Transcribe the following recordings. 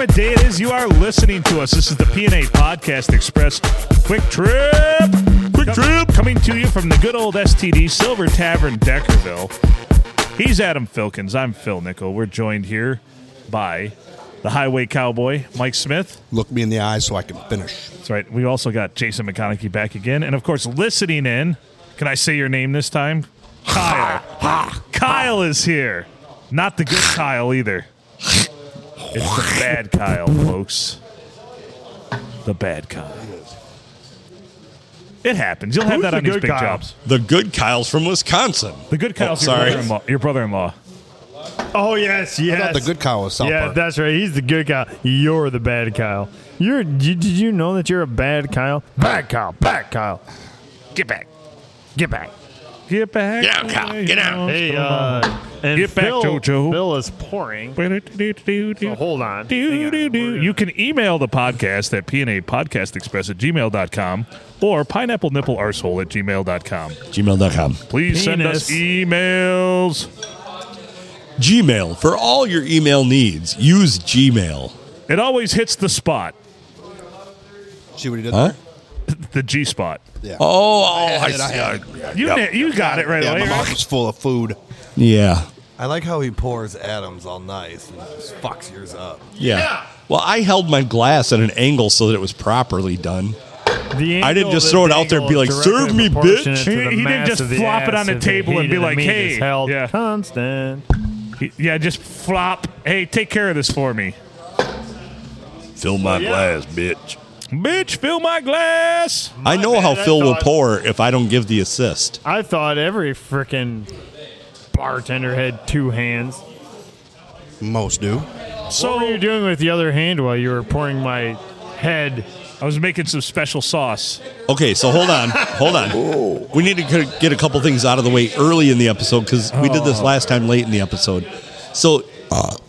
of day it is you are listening to us. This is the PNA Podcast Express Quick Trip. Quick Trip. Coming to you from the good old STD Silver Tavern, Deckerville. He's Adam Filkins. I'm Phil Nickel. We're joined here by the Highway Cowboy, Mike Smith. Look me in the eye so I can finish. That's right. We also got Jason McConaughey back again. And of course, listening in, can I say your name this time? Kyle. Kyle is here. Not the good Kyle either. It's the bad Kyle, folks. The bad Kyle. It happens. You'll have Who's that the on these good big Kyle? jobs. The good Kyle's from Wisconsin. The good Kyle's sorry. your brother-in-law. Your brother-in-law. Oh yes, yes. thought the good Kyle was South Yeah, Park. that's right. He's the good Kyle. You're the bad Kyle. You're. You, did you know that you're a bad Kyle? Bad Kyle. Bad Kyle. Get back. Get back. Get back. Get out, Kyle. away, Get out. house Hey, from uh, and Get back, Phil- Jojo. Phil is pouring. So mama. hold on. Hang Do, on. do, do. You can email the podcast at PNA Podcast Express at gmail.com or pineapple nipple arsehole at gmail.com. Gmail.com. Please send us Penis. emails. Gmail. For all your email needs, use Gmail. It always hits the spot, See what he did Huh? there? the G spot. Yeah. Oh, oh, I I did, see. I had. Yeah, You, yeah. na- you got it right yeah, away. my right? mouth is full of food. yeah. I like how he pours Adams all nice and just fucks yours up. Yeah. Well, I held my glass at an angle so that it was properly done. The I didn't angle just of throw it the out there and be angle like, is directly "Serve me, proportionate bitch." to the He- he didn't mass just of the flop it on ass the if table and heat be the like, meat is "Hey." held Yeah. constant." Yeah, just flop. Hey, take care of this for me. Fill my yeah. glass, bitch. Bitch, fill my glass. I know bad, how I Phil will thought- pour if I don't give the assist. I thought every freaking bartender had two hands. Most do. So What were you doing with the other hand while you were pouring my head? I was making some special sauce. Okay, so hold on, hold on. We need to c- get a couple things out of the way early in the episode because we did this last time late in the episode. So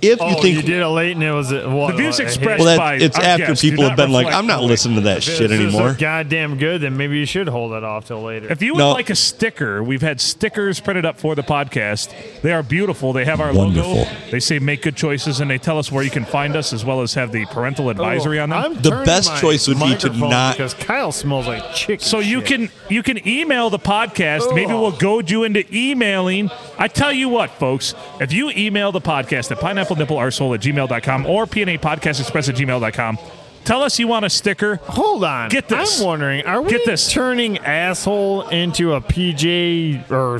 if you oh, think you did it late and it was a, what, The views a- expressed well, by that, it's our after guests do people not have been like, reflect "I'm not fully." listening to that If shit this is anymore." so goddamn good, then maybe you should hold it off till later. If you would No. like a sticker, we've had stickers printed up for the podcast. They are beautiful. They have our logo. Wonderful. They say make good choices and they tell us where you can find us as well as have the parental advisory on them. Oh, I'm The turning best my choice would be to microphone not- because Kyle smells like chicken. so you shit. Oh. can you can email the podcast. Maybe we'll goad you into emailing. I tell you what, folks, if you email the podcast at pineapple nipple arsehole at gmail.com or PNA podcast express at gmail.com, tell us you want a sticker. hold on. Get this. I'm wondering, are we Get this. turning asshole into a PJ or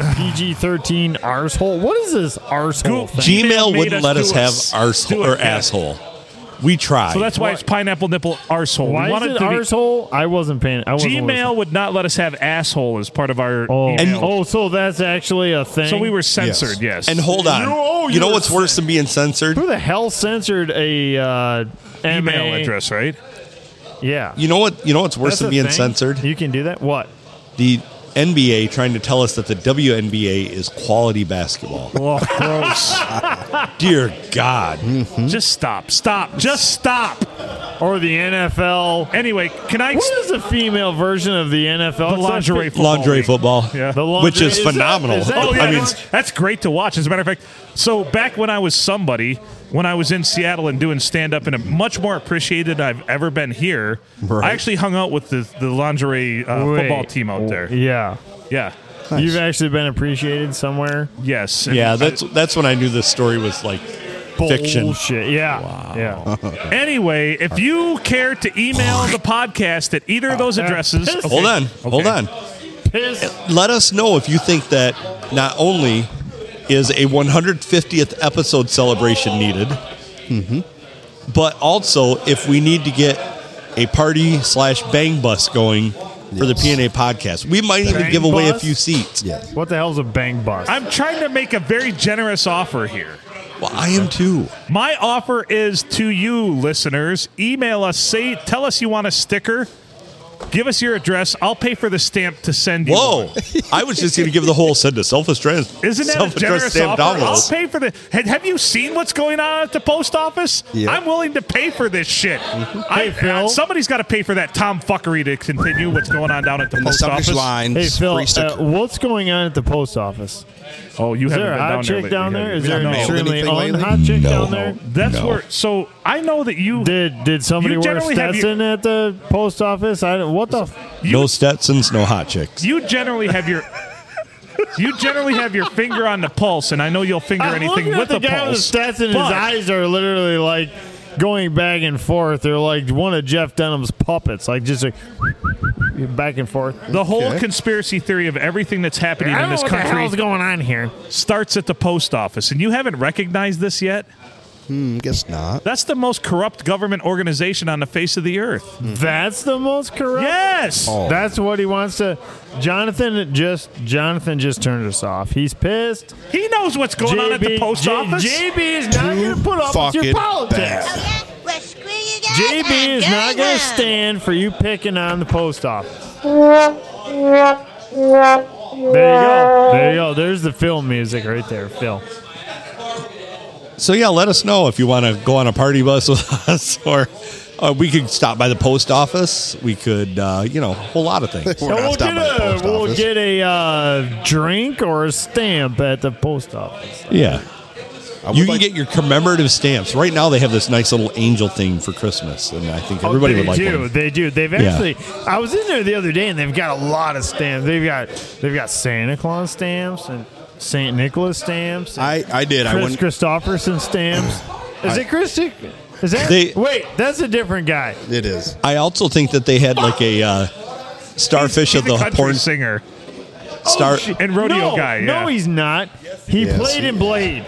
PG-13 arsehole? What is this arsehole Goo- thing? Gmail Gmail made wouldn't us let do us it. have Do arsehole it, or yeah. asshole. We tried. So that's why it's pineapple nipple arsehole. We Why want is it to be- arsehole? I wasn't paying. I wasn't Gmail listening. would not let us have asshole as part of our Oh, email. oh, so that's actually a thing. So we were censored, yes. and hold on. You You, owe know your what's worse than being censored? Who the hell censored a uh, email MA? address, right? Yeah. You know what? You know what's worse That's than a being thing? censored? You can do that. What? The NBA trying to tell us that the WNBA is quality basketball. Oh, gross. Dear God. Just stop. Stop. Just stop. Or the NFL? Anyway, can I What is the female version of the NFL? the It's not lingerie fi- football? Laundry league? football, Yeah. The laundry- which is, is that- phenomenal. is that- Oh, yeah, I mean, that's, that's great to watch. As a matter of fact, so back when I was somebody, when I was in Seattle and doing stand up, and I'm much more appreciated than I've ever been here, Right. I actually hung out with the, the lingerie uh, Wait. football team out there. Yeah. Yeah. You've actually been appreciated somewhere. Yes. And yeah, that's that's when I knew this story was like fiction. Bullshit. Yeah. Yeah. Anyway, if you care to email the podcast at either of Oh, those addresses, Hold Hold on, hold Okay. on. Piss. Let us know if you think that not only is a 150th episode celebration needed, but also if we need to get a party slash bang bus going for the PNA podcast. We might even Bang give away a bus? few seats. Yeah. What the hell's a bang bus? I'm trying to make a very generous offer here. Well, I am too. My offer is to you, listeners. Email us, say, tell us you want a sticker, Give us your address. I'll pay for the stamp to send you. one. Whoa! I was just going to give the whole send a self-addressed, Isn't that a self-addressed generous stamped offer? I'll envelope. pay for the. Have have you seen what's going on at the post office? Yeah. Mm-hmm. I'm willing to pay for this shit. I, Hey, Phil. somebody's got to pay for that tomfuckery to continue what's going on down at the And the post subject office. line. Hey is Phil, free stick- uh, what's going on at the post office? Oh, you Is haven't there a been hot down there chick lately, down have there? you? Is there an mailed extremely anything owned lately? hot chick No. down there? That's No. where. So I know that you. Did did somebody You wear generally have Stetson at the post office? I don't- what the f- no Stetsons, no hot chicks. you generally have your. You generally have your finger on the pulse, and I know you'll finger I'm anything looking with at the, guy pulse. with Stetson. His but- eyes are literally like going back and forth. They're like one of Jeff Denham's puppets, like just like back and forth. The whole Okay. conspiracy theory of everything that's I happening don't in know this what the country hell's going on here. starts at the post office, and you haven't recognized this yet. I guess not. That's the most corrupt government organization on the face of the earth. That's the most corrupt. Yes. Oh. That's what he wants to. Jonathan just Jonathan just turned us off. He's pissed. He knows what's going on at the post J- office. JB is not going to put up with fucking your politics. bad. Oh, yeah? Well, screw you guys. I'm JB is not going going to home. stand for you picking on the post office. There you go. There you go. There's the film music right there, Phil. So yeah, let us know if you want to go on a party bus with us, or uh, we could stop by the post office. We could, uh, you know, a whole lot of things. We're not And we'll stopping get at the a post we'll office. get a uh, drink or a stamp at the post office. Yeah. I would You can like- get your commemorative stamps. Right now, they have this nice little angel thing for Christmas, and I think everybody they would like do. one. They do. They've actually. I was in there the other day, and they've got a lot of stamps. They've got they've got Santa Claus stamps and Saint Nicholas stamps. and I, I did. I Chris went. Christopherson stamps. Is it Chris? Is that They- wait? That's a different guy. It is. I also think that they had like a uh, starfish He's of the a country porn singer star. and rodeo no, guy. Yeah. No, he's not. He Yes, played he in Blade.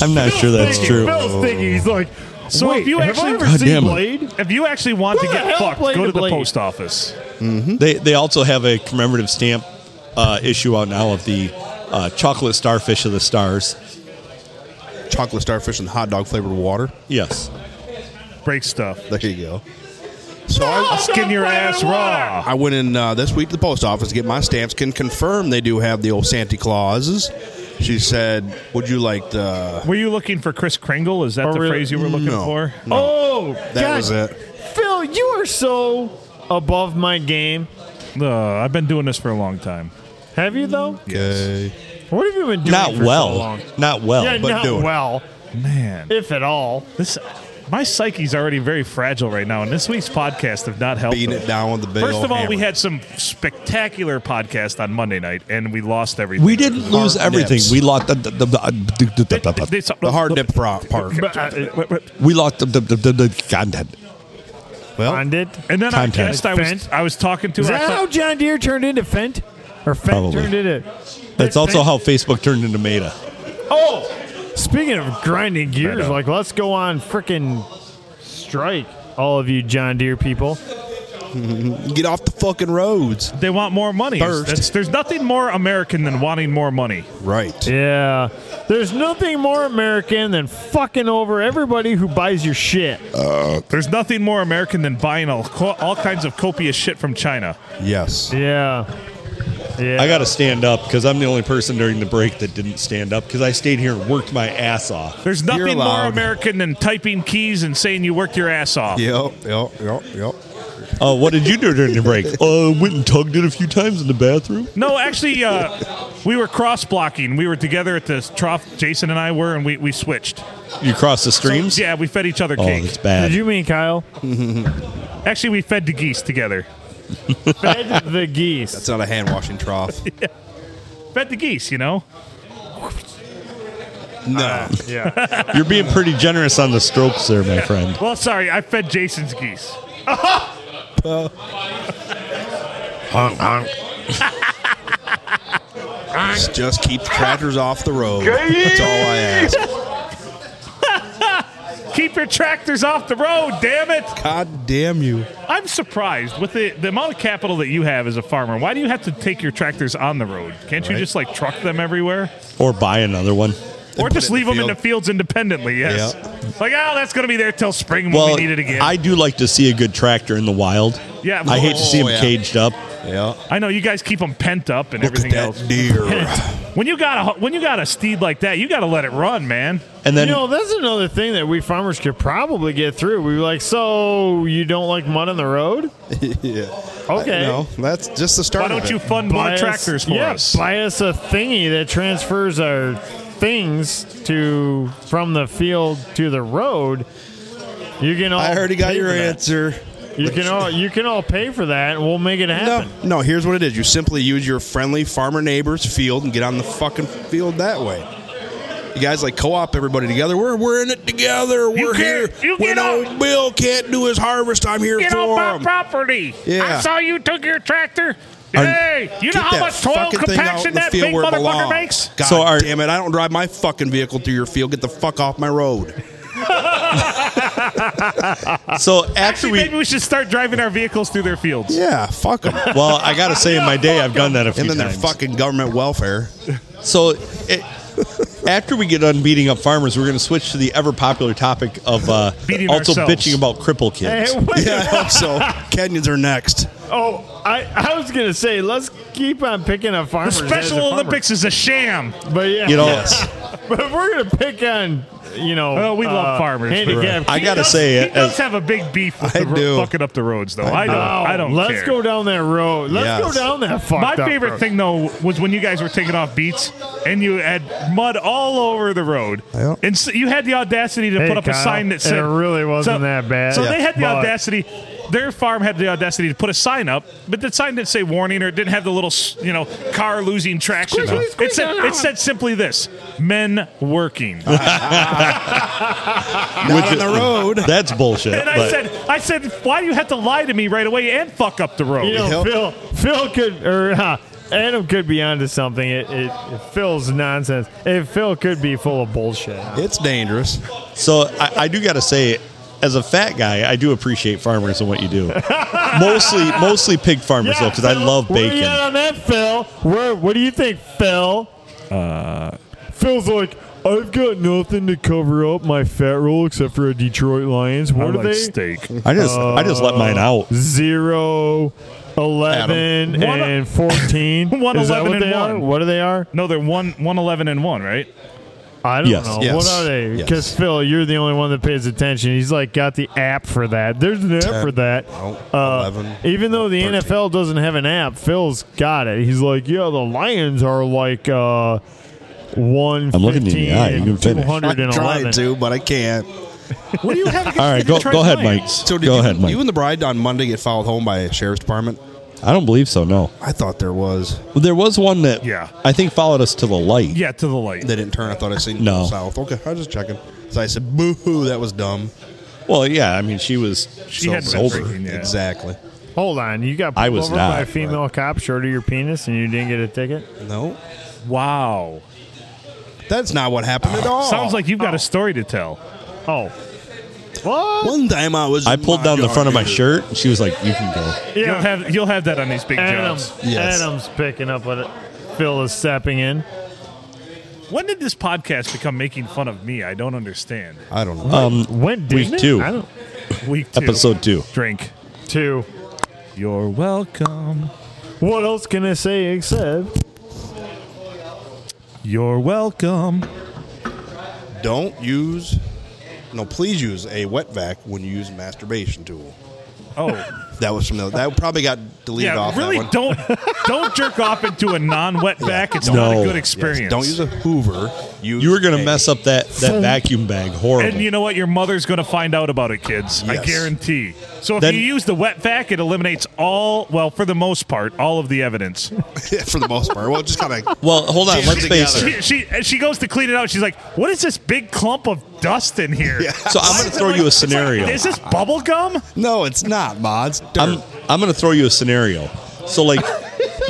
I'm not sure that's Thinking- true. Phil's thinking he's like. So wait, if you have actually- I ever God seen damn it. Blade? if you actually want Who to the get hell fucked, played go to the the Blade? post office. They they also have a commemorative stamp uh, issue out now of the uh, chocolate starfish of the stars. Chocolate starfish and hot dog flavored water. Yes. Break stuff. There you go. So I, Oh, I'll skin your ass raw. I went in uh, this week to the post office to get my stamps. Can confirm they do have the old Santa Clauses. She said, "Would you like the?" Were you looking for Chris Kringle? Is that Or the really- phrase you were looking Oh, No. for? Oh, That was it. Phil, you are so above my game. No, I've been doing this for a long time. Have you though? Okay. What have you been doing? Not for so well. long? Not well. Yeah, but not doing it. well, Man, if at all. this my psyche's already very fragile right now, and this week's podcast have not helped. Beating it. it down with the big First old of all, hammer. we had some spectacular podcast on Monday night, and we lost everything. We didn't lose Hard everything. nips. We lost. The, the, the, the, the, the, the, This- the hard nip pro- part. But, uh, we lost the, the, the, the, the content. Find it. And then I Time tag. guessed I was Fent? I was talking to Is her. I that how thought- John Deere turned into Fent? Or Fent Probably. turned into. That's also how Facebook turned into Meta. Oh! Speaking of grinding I gears, know. like, let's go on frickin' strike, all of you John Deere people. Get off the fucking roads. they want more money. First. That's- there's nothing more American than wanting more money. Right. Yeah. There's nothing more American than fucking over everybody who buys your shit. There's nothing more American than buying all, co- all kinds of copious shit from China. Yes. Yeah. Yeah. I got to stand up because I'm the only person during the break that didn't stand up because I stayed here and worked my ass off. There's nothing more allowed. American than typing keys and saying you worked your ass off. Yep. Yep. Yep. Yep. Uh, what did you do during the break? Uh, went and tugged it a few times in the bathroom. No, actually, uh, we were cross blocking. We were together at the trough. Jason and I were, and we, we switched. You crossed the streams. Yeah, we fed each other Oh, cake. that's bad. Did you mean Kyle? Actually, we fed the geese together. Fed the geese. It's not a hand washing trough. Fed the geese, you know. No. yeah. You're being pretty generous on the strokes there, my friend. Well, sorry, I fed Jason's geese. Just keep tractors off the road. That's all I ask. Keep your tractors off the road, damn it! God damn you. I'm surprised with the, the amount of capital that you have as a farmer. Why do you have to take your tractors on the road? Can't you Right. just like truck them everywhere? Or buy another one. or put just it in leave the them in the field. field independently. Yes, Yeah. like oh, that's going to be there till spring when Well, we need it again. I do like to see a good tractor in the wild. Yeah, I hate to see him Oh, yeah. caged up. Yeah. I know you guys keep them pent up and Look everything at else. that deer. When you got a when you got a steed like that, you got to let it run, man. And then you know, that's another thing that we farmers could probably get through. We were like, so you don't like mud on the road? yeah. Okay. No, that's just the Why start. of don't it. you fund more us- tractors for yeah, us? Buy us a thingy that transfers our things to from the field to the road. You can all I already got pay your for that. answer. You can all you can all pay for that and we'll make it No, happen. no. Here's what it is: you simply use your friendly farmer neighbor's field and get on the fucking field that way. You guys like co-op everybody together. We're we're in it together. We're here. can't- you when get old Bill can't do his harvest, I'm here Get for off my him. property! Yeah. I saw you took your tractor. Are- hey, you know Get how that much toil fucking thing out compaction in the that field big where it motherfucker belongs. makes? God So our- damn it! I don't drive my fucking vehicle through your field. Get the fuck off my road. so after Actually, we maybe we should start driving our vehicles through their fields. Yeah, fuck them. well, I gotta say, in my day, I've done that a few and then their times. fucking government welfare. So, it, after we get done beating up farmers, we're going to switch to the ever popular topic of uh, Beating also ourselves. bitching about cripple kids. Hey, wait. Yeah, I hope so. Kenyans are next. Oh, I, I was gonna say let's keep on picking on The farmers. as a Special farmer. Olympics is a sham. but yeah, You Oh, know, but we're gonna pick on you know. Well, Oh, we love uh, farmers, but- handicapped I gotta kids. say, he it does as, have a big beef with I the ro- do. fucking up the roads, though. I, do. don't. Oh, I don't. Let's care. go down that road. Let's Yes. go down that fucked My up favorite road. thing though was when you guys were taking off beats and you had mud all over the road, Yeah. and so you had the audacity to Hey, put up Kyle, a sign that said it really wasn't So- that bad. So they Yeah. had the But- audacity. Their farm had the audacity to put a sign up, but the sign didn't say warning or it didn't have the little s- you know car losing traction. Squeeze, squeeze, it squeeze, said no, no. it said simply this: men working. Not on the road. that's bullshit. and I but- said, I said, why do you have to lie to me right away and fuck up the road? You know, Yep. Phil, Phil could or uh, Adam could be onto something. It, it, it Phil's nonsense. It Phil could be full of bullshit. It's dangerous. So I, I do got to say, as a fat guy, I do appreciate farmers and what you do. mostly, mostly pig farmers though, because I Phil, love Where you bacon. at on that, Phil? Where? What do you think, Phil? Uh, Phil's like. I've got nothing to cover up my fat roll except for a Detroit Lions. What are they? steak. I just, I just let mine Oh. out. Zero, eleven, Adam. One- and 14. One Is that 11 what and they are? one. What are they are? No, they're one one eleven and one, right? I don't Yes. know. Yes. What are they? Yes. Because Phil, you're the only one that pays attention. He's like got the app for that. There's an app Ten. for that. Nope. Uh, 11. Even though the 13. NFL doesn't have an app, Phil's got it. He's like, yeah, the Lions are like uh, one. I'm looking you in the eye. You can finish. I'm trying 211. to, but I can't. What do you have? All right, go, go ahead, Mike. So did go you, ahead, Mike. you and the bride on Monday get followed home by a sheriff's department? I don't believe so. No, I thought there was. Well, there was one that Yeah. I think followed us to the light. Yeah, to the light. They didn't turn. I thought I seen No. south. Okay, I was just checking. So I said, "Boo hoo, that was dumb." Well, yeah. I mean, she was. She hadn't been sober. drinking yet. Exactly. Hold on. You got pulled I was over not, by a but- female cop short of your penis and you didn't get a ticket? No, Wow. that's not what happened at all. Sounds like you've got a story to tell. Oh. What? one time I was. I in pulled my down the front of my yard. shirt, and she was like, "You can go." You'll have you'll have that on these big Adams. jobs. Yes. Adams picking up what it- Phil is stepping in. When did this podcast become making fun of me? I don't understand. I don't know. Um, When did Week it? two. I don't. Week two. episode two. Drink. Two. You're welcome. What else can I say except You're welcome. don't use. No, please use a wet vac when you use a masturbation tool. Oh, That was from the. That probably got deleted yeah. off. Really, that one. don't don't jerk off into a non-wet back. It's not No. a good Yes, experience. Don't use a Hoover. Use You were gonna a- mess up that that vacuum bag horrible. And you know what? Your mother's going to find out about it, kids. I Yes. guarantee. So if Then- you use the wet vac, it eliminates all, well, for the most part, all of the evidence. for the most part. Well, just kind of. well, hold on. Jam Let's it face together. it. she, she she goes to clean it out. She's like, "What is this big clump of dust in here?" So I'm gonna throw you a scenario. Is this bubble gum? No, it's not, mods. Dirt. I'm I'm gonna throw you a scenario. So like,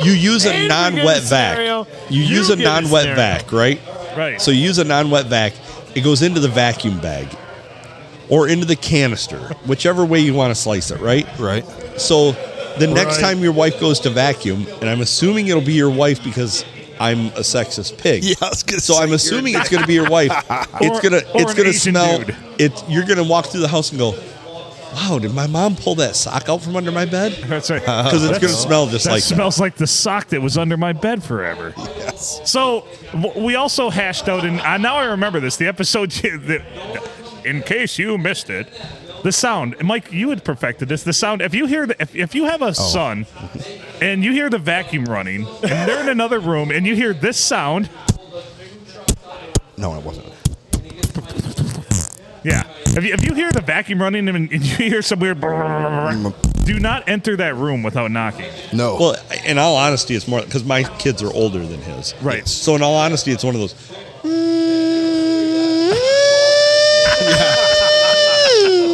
you use a And if you get non-wet a vac. scenario, You you use a get a non-wet scenario. vac, right? Right. So you use a non-wet vac. It goes into the vacuum bag, or into the canister, whichever way you want to slice it, right? right. So the next Right. time your wife goes to vacuum, and I'm assuming it'll be your wife because I'm a sexist pig. Yeah, I was gonna so say, I'm you're- assuming it's going to be your wife. it's Or- gonna or it's an gonna Asian smell. dude. It you're gonna walk through the house and go, "Wow, did my mom pull that sock out from under my bed?" That's right. Because uh, it's going to That's- smell just Uh-huh. that like that. smells like the sock that was under my bed forever. Yes. So w- we also hashed out, and uh, now I remember this. The episode, that, in case you missed it, the sound. And Mike, you had perfected this. The sound. If you hear, the, if, if you have a son, and you hear the vacuum running, and they're in another room, and you hear this sound, No, it wasn't. yeah. If you, if you hear the vacuum running and, and you hear some weird, do not enter that room without knocking. No. Well, in all honesty, it's more because my kids are older than his. Right. So in all honesty, it's one of those.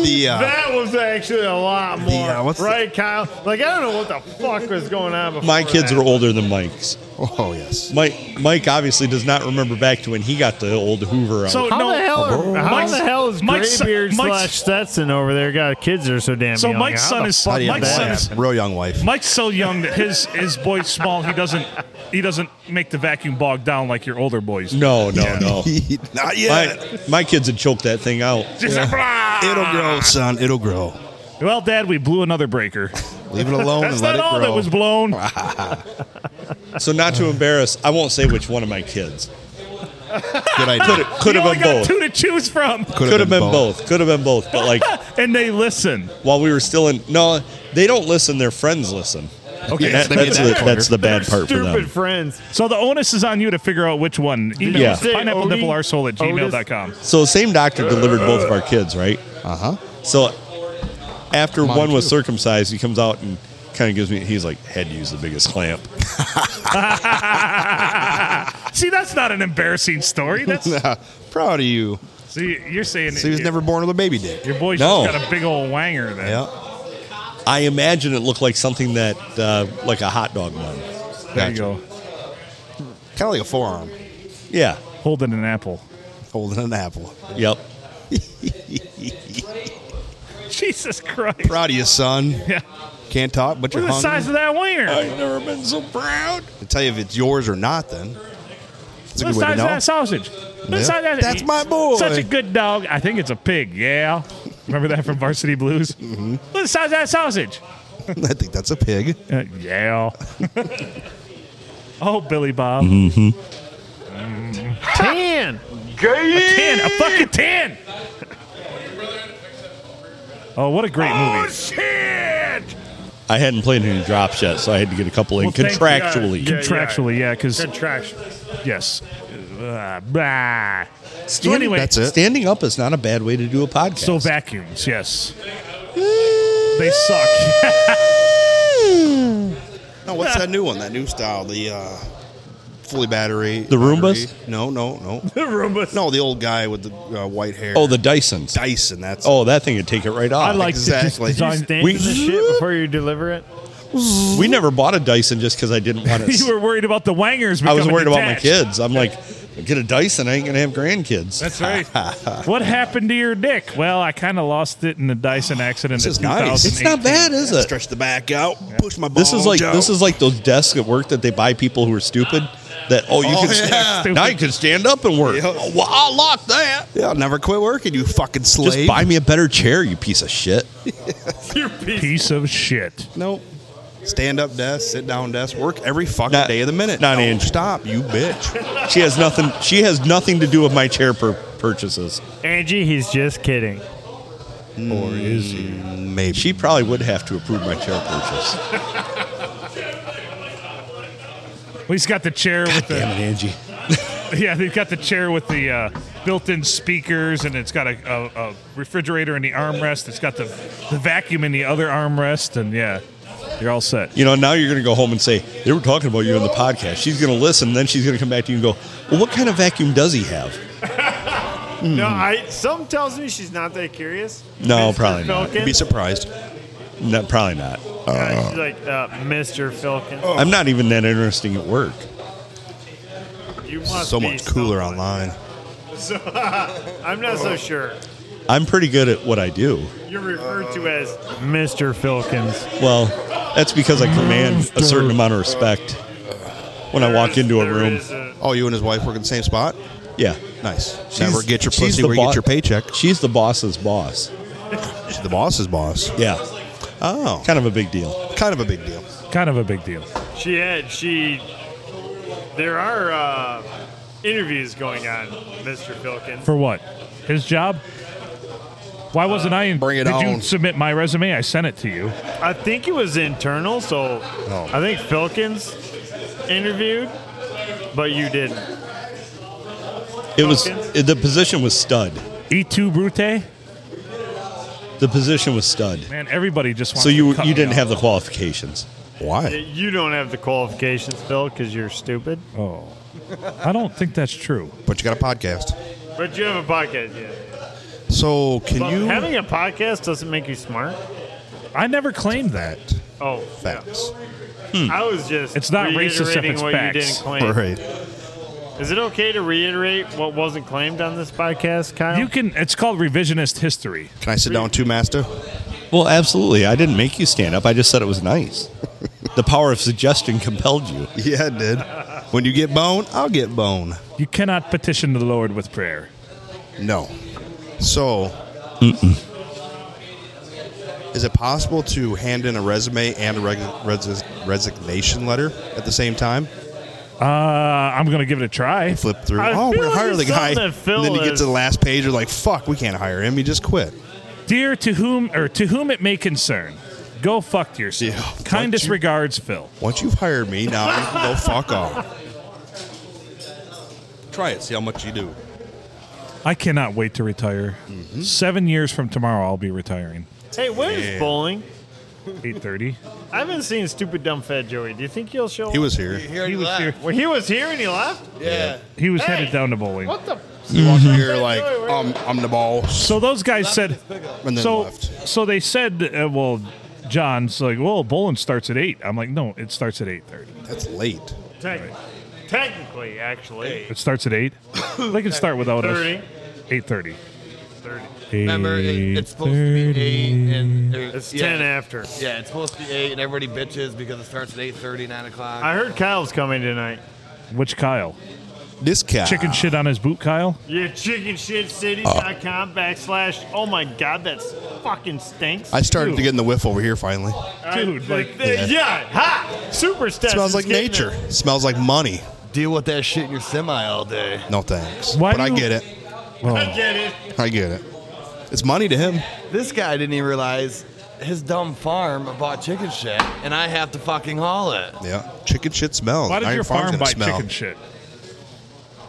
the uh, That was actually a lot more. uh, Yeah, what's the- right, Kyle? Like, I don't know what the fuck was going on before. My kids that. are older than Mike's. oh yes. Mike Mike obviously does not remember back to when he got the old Hoover out. So How no, the hell are, how Mike's- the hell is Mike's- Graybeard Mike's- slash Stetson over there? Got kids that are so damn So young. Mike's How son the is- fuck How do you Mike's have son a is- wife? real young wife. Mike's so young that his his boy's small. He doesn't he doesn't make the vacuum bog down like your older boys. no, no, no. Not yet. My, my kids would choke that thing out. Just "Brah!" It'll grow, son. It'll grow. Well, Dad, we blew another breaker. Leave it alone That's and let not it all grow. that was blown. So not to embarrass, I won't say which one of my kids. Good Could idea. could you have only been got both. two to choose from, Could have been both. Could have been both. But like and they listen. while we were still in, no, they don't listen. Their friends listen. Okay, That- they get that's, that the, part. that's the bad They're part for stupid them. friends. so the onus is on you to figure out which one. Email Yeah. us Say pineapple Odie? nipple arsehole at gmail.com. So the same doctor delivered both of our kids, right? Uh huh. So after Mine one was too. circumcised, he comes out and kind of gives me. He's like, "Had to use the biggest clamp." See, that's not an embarrassing story. That's Proud of you. see, you're saying So he was you- never born with a baby dick. your boy's No. just got a big old wanger. Then Yeah. I imagine it looked like something that, uh, like a hot dog bun. there Gotcha. you go, Kind of like a forearm Yeah. holding an apple. holding an apple. Yep. Jesus Christ! Proud of you, son. Yeah. Can't talk, but Look you're at the size hungry. of that wiener. I've never been so proud. To tell you if it's yours or not, then it's a Look good at the way to size of know. that sausage. Look at the Yeah. size of that- That's my boy. Such a good dog. I think it's a pig. Yeah. Remember that from Varsity Blues? Mm-hmm. Look at the size of that sausage. I think that's a pig. Uh, yeah. oh, Billy Bob. Mm-hmm. Tan. Ten. A fucking ten. Oh, what a great movie. I hadn't played any drops yet, so I had to get a couple in Well, thank you. contractually. Yeah, yeah. Contractually, yeah, because, Contraction. yes. Uh, blah. So, Standing- anyway, That's it. Standing up is not a bad way to do a podcast. so vacuums, yes. They suck. No, what's that new one? That new style, the uh, fully battery. The Roombas? battery- No, no, no, the room was no. The old guy with the uh, white hair. oh, the Dysons. Dyson. That's Oh, that thing would take it right off. I like to just Exactly. design. Stand We- in the shit before you deliver it. We never bought a Dyson just because I didn't want you to. were worried about the wangers. I was worried becoming about my detached. kids. I'm like, get a Dyson. I ain't gonna have grandkids. That's right. what happened to your dick? Well, I kind of lost it in the Dyson accident This in is nice. 2008. it's not bad, is it? Stretch the back out. Push my. This is balls like out. this is like those desks at work that they buy people who are stupid. That oh, you Oh, can yeah. stand, now you can stand up and work. Yeah. Oh, well, I'll lock that. Yeah, I'll never quit working, you fucking slave. Just buy me a better chair, you piece of shit. Piece of shit. Nope. Stand up desk, sit down desk, work every fucking Not- day of the minute. not Don't Angie. Stop, you bitch. She has nothing. She has nothing to do with my chair pur- purchases. Angie, he's just kidding. Or is he? Maybe. She probably would have to approve my chair purchase. Well, he's got the chair with the Damn it, Angie. yeah. They've got the chair with the uh, built-in speakers, and it's got a, a, a refrigerator in the armrest. It's got the the vacuum in the other armrest, and yeah, you're all set. You know, now you're going to go home and say they were talking about you on the podcast. She's going to listen, then she's going to come back to you and go, "Well, what kind of vacuum does he have?" No, I. Some tells me she's not that curious. Mm. No, Mr. probably not. Filkin. be surprised. No, probably not. Uh, Oh. she's like, uh, Mr. Filkin. I'm not even that interesting at work. You must So be much cooler someone. online. So, I'm not Oh. so sure. I'm pretty good at what I do. You're referred to as Mr. Filkins. Well, that's because I command a certain amount of respect. when I walk into a room. Oh, you and his wife work in the same spot? Yeah. Nice. She's, She's- Never get your she's pussy the where you bo- get your paycheck. She's the boss's boss. She's the boss's boss. Yeah. Oh, Kind of a big deal. kind of a big deal. Kind of a big deal. She had she. There are uh, interviews going on, Mr. Filkin. For what? His job? Why wasn't I in? bring it did you on. submit my resume? I sent it to you. I think it was internal, so Oh. I think Filkins interviewed, but you didn't. It was the position was stud. E2 E Brute? The position was stud. Man, everybody just wants So you to cut you me didn't off. have the qualifications. Why? You don't have the qualifications, Phil, because you're stupid. Oh. I don't think that's true. But you got a podcast. But you have a podcast yet. So can But you? having a podcast doesn't make you smart. I never claimed that. Oh, Facts. Hmm. I was just. It's not racist if reiterating it's what facts. you didn't claim. Right. Is it okay to reiterate what wasn't claimed on this podcast, Kyle? You can. It's called revisionist history. Can I sit down too, Master? Well, absolutely. I didn't make you stand up. I just said it was nice. the power of suggestion compelled you. Yeah, it did. When you get bone, I'll get bone. You cannot petition the Lord with prayer. No. So, is it possible to hand in a resume and a reg- res- resignation letter at the same time? Uh, I'm gonna give it a try. Flip through. I oh, we're feel gonna like hire it's the guy, something and that Phil then you get is- to the last page. You're like, "Fuck, we can't hire him. He just quit." Dear to whom or to whom it may concern, go fuck yourself. Yeah, fuck Kindest you. regards, Phil. Once you've hired me, now you can go fuck off. Try it. See how much you do. I cannot wait to retire. Seven years from tomorrow, I'll be retiring. hey, when is bowling? Eight thirty. I haven't seen stupid dumb fat Joey. Do you think he'll show? He up? was here. Here He he was left. here. Well, he was here and he left. Yeah. He was Hey! headed down to bowling. What the? He walked Mm-hmm. here like, Joey, where- um, "I'm the boss," So those guys said. and then so left. so they said, uh, well, John's like, well, bowling starts at eight. I'm like, no, it starts at eight thirty. That's late. Tec- Technically, actually, It starts at eight. they can start without us. thirty. Eight thirty. 30. Remember, it, it's supposed to be eight, and or- It's yeah, ten after. Yeah, it's supposed to be eight, and everybody bitches because it starts at 8:30, 9 o'clock. I heard Kyle's coming tonight. Which Kyle? This cat. Chicken shit on his boot, Kyle. Yeah, chickenshitcity.com backslash. Oh my god, that's fucking stinks. I started to get in the whiff over here finally. Dude, like- yeah, ha! Super stats. smells is like getting nature. it. Smells like money. Deal with that shit in your semi all day. No thanks. Why but I do- get it. I get it. I get it. It's money to him. This guy didn't even realize his dumb farm bought chicken shit, and I have to fucking haul it. Yeah. Chicken shit smells. Why did Iron your Farm's farm gonna buy smell. chicken shit?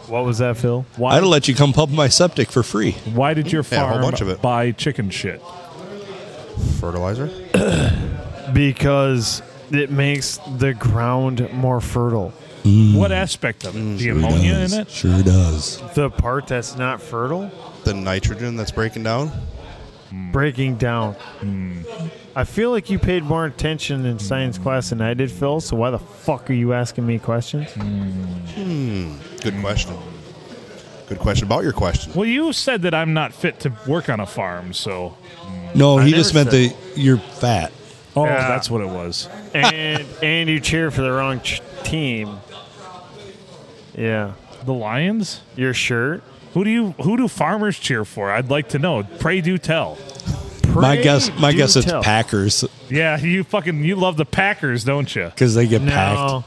What was that, Phil? I'd have let you come pump my septic for free. Why did your Yeah, a farm whole bunch of it. buy chicken shit? Fertilizer. Because it makes the ground more fertile. Mm. What aspect of it? the ammonia in it? Sure does. The part that's not fertile, The nitrogen that's breaking down. breaking down. Hmm. I feel like you paid more attention in science class than I did, Phil, so why the fuck are you asking me questions? Hmm. Good question. Good question about your question. Well, you said that I'm not fit to work on a farm, so No, he never just meant said- that you're fat. oh, Yeah. that's what it was. and and you cheer for the wrong ch- team. Yeah, The Lions? your shirt. Who do you who do farmers cheer for? I'd like to know. Pray do tell. My Pray guess, my do guess, it's tell. Packers Yeah, you fucking you love the Packers, don't you? because they get packed. Now,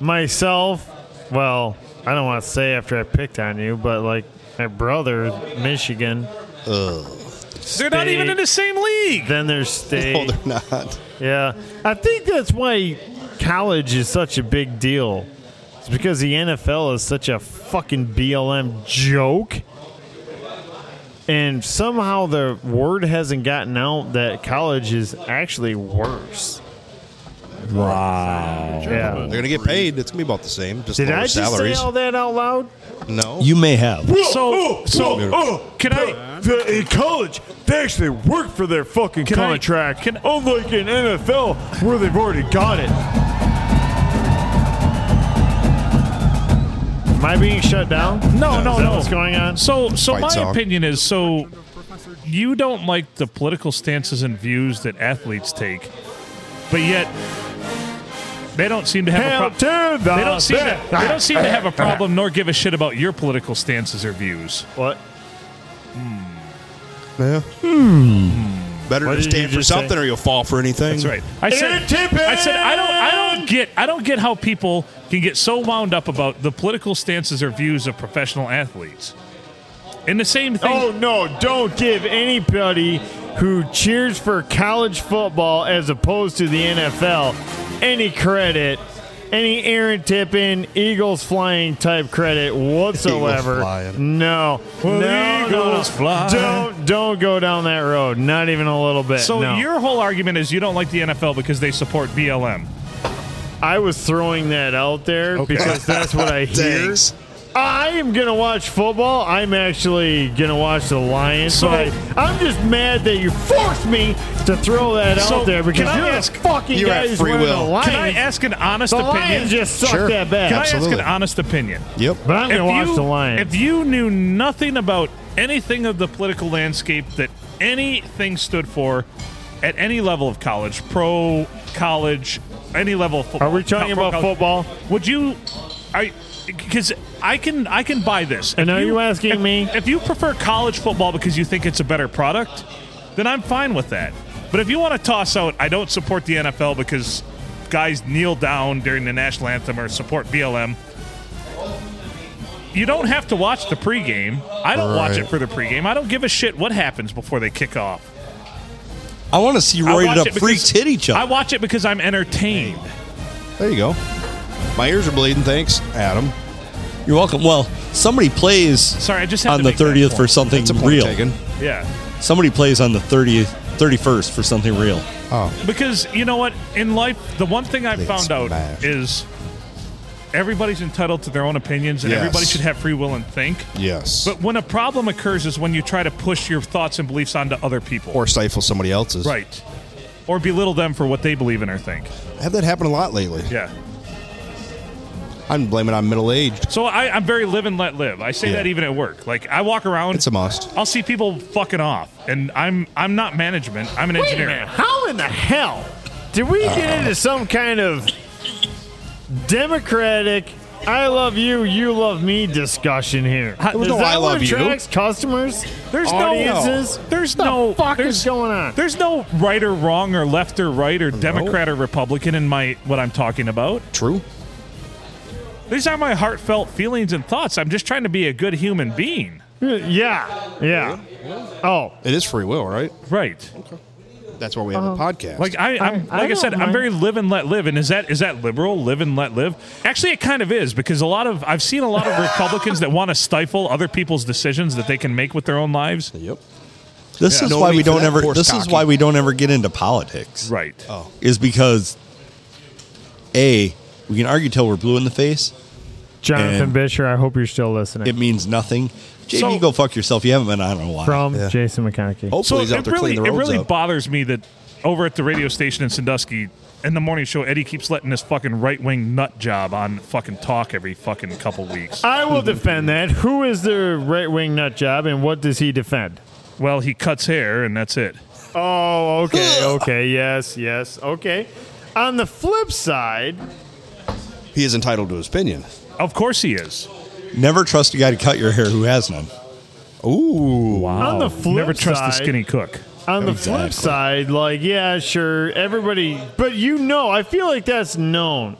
myself. Well, I don't want to say after I picked on you, but like my brother, Michigan. They're not even in the same league. Then there's No, state. they're not. yeah, I think that's why college is such a big deal. It's because the NFL is such a fucking BLM joke. And somehow the word hasn't gotten out that college is actually worse. Wow. Yeah. They're gonna get paid. It's gonna be about the same. Just Did lower I just salaries. say all that out loud? no. You may have. So so can I Oh, The, in college, they actually work for their fucking Can I- contract. can- unlike in NFL where they've already got it. Am I being shut down? No, no, Is that no. what's going on? So, so Fight my song. opinion is so you don't like the political stances and views that athletes take, but yet They don't seem to have a Hail problem. to the They don't seem to, best. they don't seem to have a problem nor give a shit about your political stances or views. What? Yeah. Better What to did you stand for just say? something, or you'll fall for anything. That's right. I said, Aaron Tippin! I said I don't I don't get I don't get how people can get so wound up about the political stances or views of professional athletes. And the same thing Oh no! Don't give anybody who cheers for college football as opposed to the NFL any credit, any Aaron Tippin, Eagles flying type credit whatsoever. Eagles flying. No, Well, no, Eagles no. fly. Don't don't go down that road. Not even a little bit. So no. your whole argument is you don't like the NFL because they support BLM. I was throwing that out there Okay. because that's what I hear. Thanks. I am gonna watch football. I'm actually gonna watch the Lions. So- So I'm just mad that you forced me to throw that So, out there because can I you're ask- a fucking you guy have who's free wearing will. the Lions. Can I ask an honest the opinion? Lions just suck Sure. that bad. Can I Absolutely. ask an honest opinion? Yep. but I'm gonna watch the Lions. If you knew nothing about anything of the political landscape that anything stood for at any level of college, pro college, any level of football. Are we talking pro about college, football? Would you I because I can I can buy this. And If are you asking if- me? If you prefer college football because you think it's a better product, then I'm fine with that. But if you want to toss out I don't support the NFL because guys kneel down during the national anthem or support BLM, you don't have to watch the pregame. I don't watch it Right. for the pregame. I don't give a shit what happens before they kick off. I want to see I roided watch up it freaks because- hit each other. I watch it because I'm entertained. There you go. My ears are bleeding. Thanks, Adam. You're welcome. Well, somebody plays Sorry, I just had on to the make that 30th for point. something It's a point real. taken. Yeah. Somebody plays on the 30th, 31st for something real. Because you know what? In life, the one thing I've Please found out smash. is everybody's entitled to their own opinions and Yes. everybody should have free will and think. Yes. But when a problem occurs is when you try to push your thoughts and beliefs onto other people. or stifle somebody else's. right. Or belittle them for what they believe in or think. Have that happen a lot lately. Yeah. I'm blaming on middle aged. So I, I'm very live and let live. I say Yeah. that even at work. Like I walk around It's a must. I'll see people fucking off. And I'm I'm not management. I'm an Wait a engineer. minute! How in the hell did we get into some kind of democratic? I love you, you love me discussion here. There was is no that I what love you. attracts customers? There's no- audiences. There's What the no fuck there's, is going on? There's no right or wrong or left or right or Democrat or Republican in my what I'm talking about. True. These are my heartfelt feelings and thoughts. I'm just trying to be a good human being. Yeah, yeah. Oh, It is free will, right? Right. That's why we have a podcast. Like I, I'm, I like I, don't said, I'm mind. very live and let live. And is that is that liberal? Live and let live. Actually, it kind of is because a lot of I've seen a lot of Republicans that want to stifle other people's decisions that they can make with their own lives. yep. This Yeah. is No why need we for don't that ever horse this is cocking. why we don't ever get into politics. Right. Oh. Is because A, we can argue till we're blue in the face. Jonathan And- Bisher, I hope you're still listening. It means nothing. JB, So- go fuck yourself. You haven't been on in a while. From Yeah. Jason McConaughey. Hopefully, he's out it there really, cleaning the it roads really up. bothers me that over at the radio station in Sandusky in the morning show, Eddie keeps letting this fucking right wing nut job on fucking talk every fucking couple weeks. I will defend that. Who is the right wing nut job and what does he defend? Well, he cuts hair and that's it. Oh, okay, okay, yes, yes, okay. On the flip side, he is entitled to his opinion. Of course he is. Never trust a guy to cut your hair who has none. Ooh. Wow. On the flip Never trust the side- skinny cook. on the Exactly. flip side, like, yeah, sure, everybody, but you know, I feel like that's known.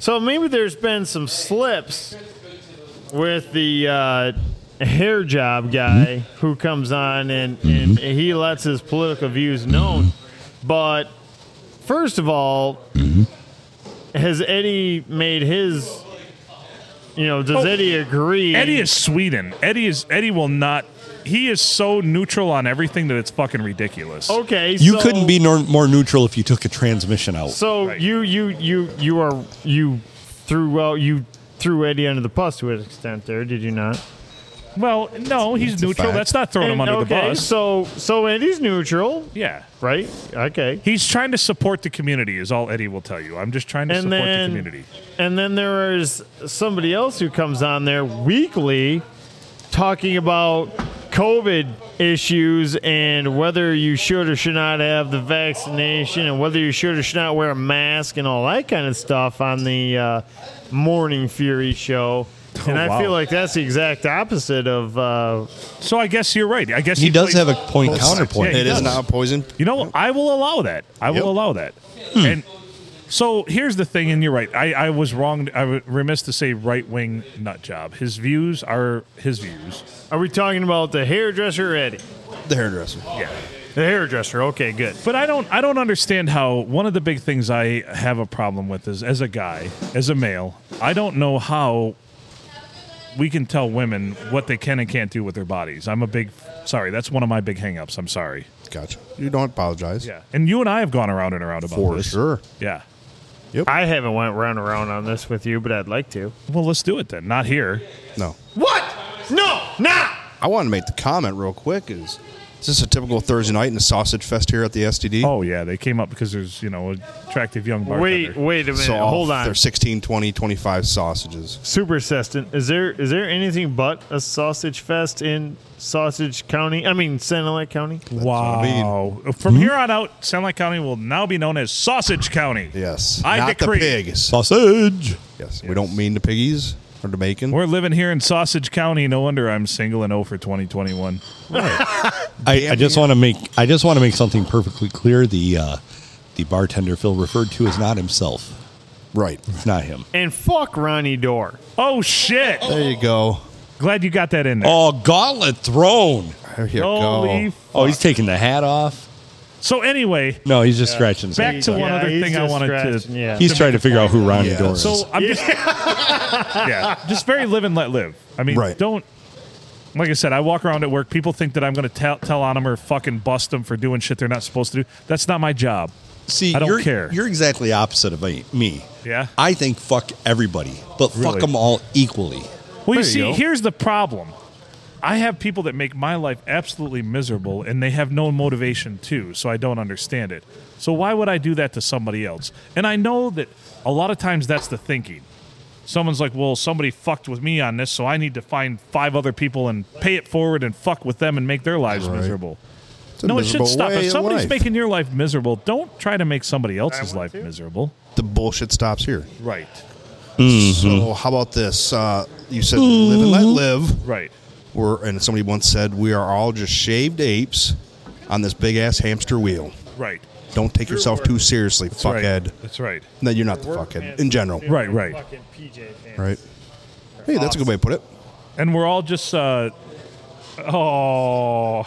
So maybe there's been some slips with the uh, hair job guy who comes on and, and Mm-hmm. he lets his political views known. But first of all, Mm-hmm. has Eddie made his, you know, does Oh, Eddie agree? Eddie is Sweden. Eddie is Eddie will not he is so neutral on everything that it's fucking ridiculous. Okay. You so- couldn't be nor- more neutral if you took a transmission out. So Right. you you you you are you threw well you threw Eddie under the bus to an extent there, did you not? Well, no, he's It's a neutral. fact. That's not throwing him And- under okay, the bus. So so Eddie's neutral, yeah. right? Okay. He's trying to support the community is all Eddie will tell you. I'm just trying to And support then- the community. And then there is somebody else who comes on there weekly talking about COVID issues and whether you should or should not have the vaccination and whether you should or should not wear a mask and all that kind of stuff on the uh, Morning Fury show. and I Oh, wow. feel like that's the exact opposite of uh, So I guess you're right. I guess He does played- have a point counterpoint. Yeah, he It is does. not poison. You know, I will allow that. I will Yep. allow that. Hmm. And so here's the thing, and you're right. I, I was wrong. I was remiss to say right wing nut job. His views are his views. Are we talking about the hairdresser or Eddie? The hairdresser. Yeah. The hairdresser. Okay, good. But I don't I don't understand how one of the big things I have a problem with is as a guy, as a male, I don't know how we can tell women what they can and can't do with their bodies. I'm a big sorry, that's one of my big hangups. I'm sorry. Gotcha. You don't apologize. Yeah. And you and I have gone around and around about For this. sure. Yeah. I haven't went round and round on this with you, but I'd like to. Well, let's do it then. Not here. No. What? No, not. I want to make the comment real quick is, is this a typical Thursday night in a sausage fest here at the STD? Oh yeah, they came up because there's you know attractive young bartender. Wait, wait a minute. So all- Hold on. They're 16, 20, 25 sausages. Super Sestin, is there is there anything but a sausage fest in Sausage County? I mean, Sanilac County. wow. what I Hmm? From here on out, San Lake County will now be known as Sausage County. Yes. I Not decree. the pigs. Sausage. Yes. We don't mean the piggies or the bacon. We're living here in Sausage County. No wonder I'm single and 0 for 2021. I, I just want to make I just want to make something perfectly clear. The uh, the bartender Phil referred to is not himself. right. It's not him. And fuck Ronnie Dore. Oh shit! There you go. Glad you got that in there. Oh, gauntlet thrown. There you Holy go. f- Oh, he's taking the hat off. so anyway, No, he's just scratching. his back head. to one Yeah, other he's thing I just wanted to. scratching, yeah. He's trying to figure out who Ronnie Yeah. Dore is. So I'm just yeah, just very live and let live. I mean, Right. don't. Like I said, I walk around at work. People think that I'm going to tell, tell on them or fucking bust them for doing shit they're not supposed to do. That's not my job. See, I don't you're, care. You're exactly opposite of me- me. Yeah? I think fuck everybody, but fuck Really? them all equally. Well, you There you see, go. here's the problem. I have people that make my life absolutely miserable and they have no motivation too, so I don't understand it. So why would I do that to somebody else? And I know that a lot of times that's the thinking. Someone's like, "Well, somebody fucked with me on this, so I need to find five other people and pay it forward and fuck with them and make their lives miserable." It's a no, it should miserable stop. way If of somebody's life. making your life miserable, don't try to make somebody else's life miserable. the bullshit stops here. Right. Mm-hmm. So how about this? Uh, you said live and let live. Right. We're, and somebody once said we are all just shaved apes on this big ass hamster wheel. Right. Don't take yourself too seriously, right. fuckhead. That's right. No, you're not the fuckhead in general, Right, right. Fucking PJ pants. right? Hey, that's a good way to put it. and we're all just uh oh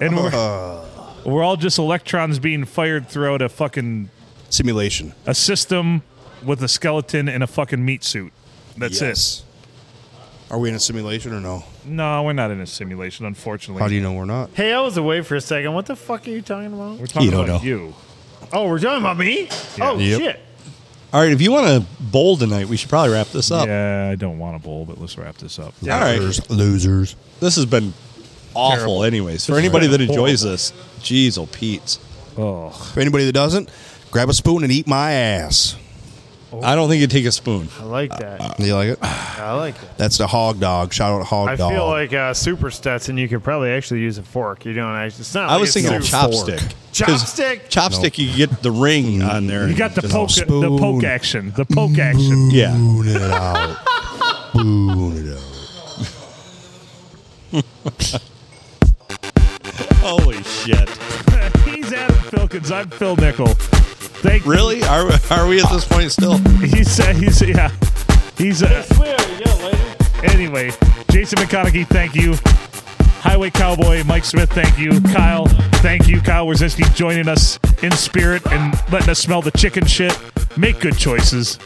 and we're, Uh-huh. we're all just electrons being fired throughout a fucking Simulation. a system with a skeleton and a fucking meat suit that's Are we in a simulation or no? it no we're not in a simulation unfortunately How do you know we're not? Hey, I was away for a second. What the fuck are you talking about? we're talking You don't about know. you Oh, we're talking about me? Oh, Yep. shit. All right, if you want to bowl tonight, we should probably wrap this up. yeah i don't want to bowl but let's wrap this up All right. Losers. Losers. This has been awful, anyways. For anybody that enjoys this, jeez, oh Pete's. oh For anybody that doesn't, grab a spoon and eat my ass. Oh. I don't think you take a spoon. I like that. Uh, You like it? I like that. That's the hog dog. Shout out hog I dog. feel like uh, Super Stetson, you could probably actually use a fork. You don't actually. It's not I like was it's thinking of soup. chopstick. 'Cause Chopstick? Chopstick, you get the ring on there. you got the Just- poke the spoon. poke action the poke action Yeah. Boon it out. Boon it out. Holy shit. he's adam filkins i'm phil nickel thank Mm-hmm. Really? Are, are we at this point still? he's uh, he's yeah he's uh, Anyway, Jason McConaughey, thank you. Highway Cowboy, Mike Smith, thank you. Kyle, thank you. Kyle Wazinski joining us in spirit and letting us smell the chicken shit. Make good choices.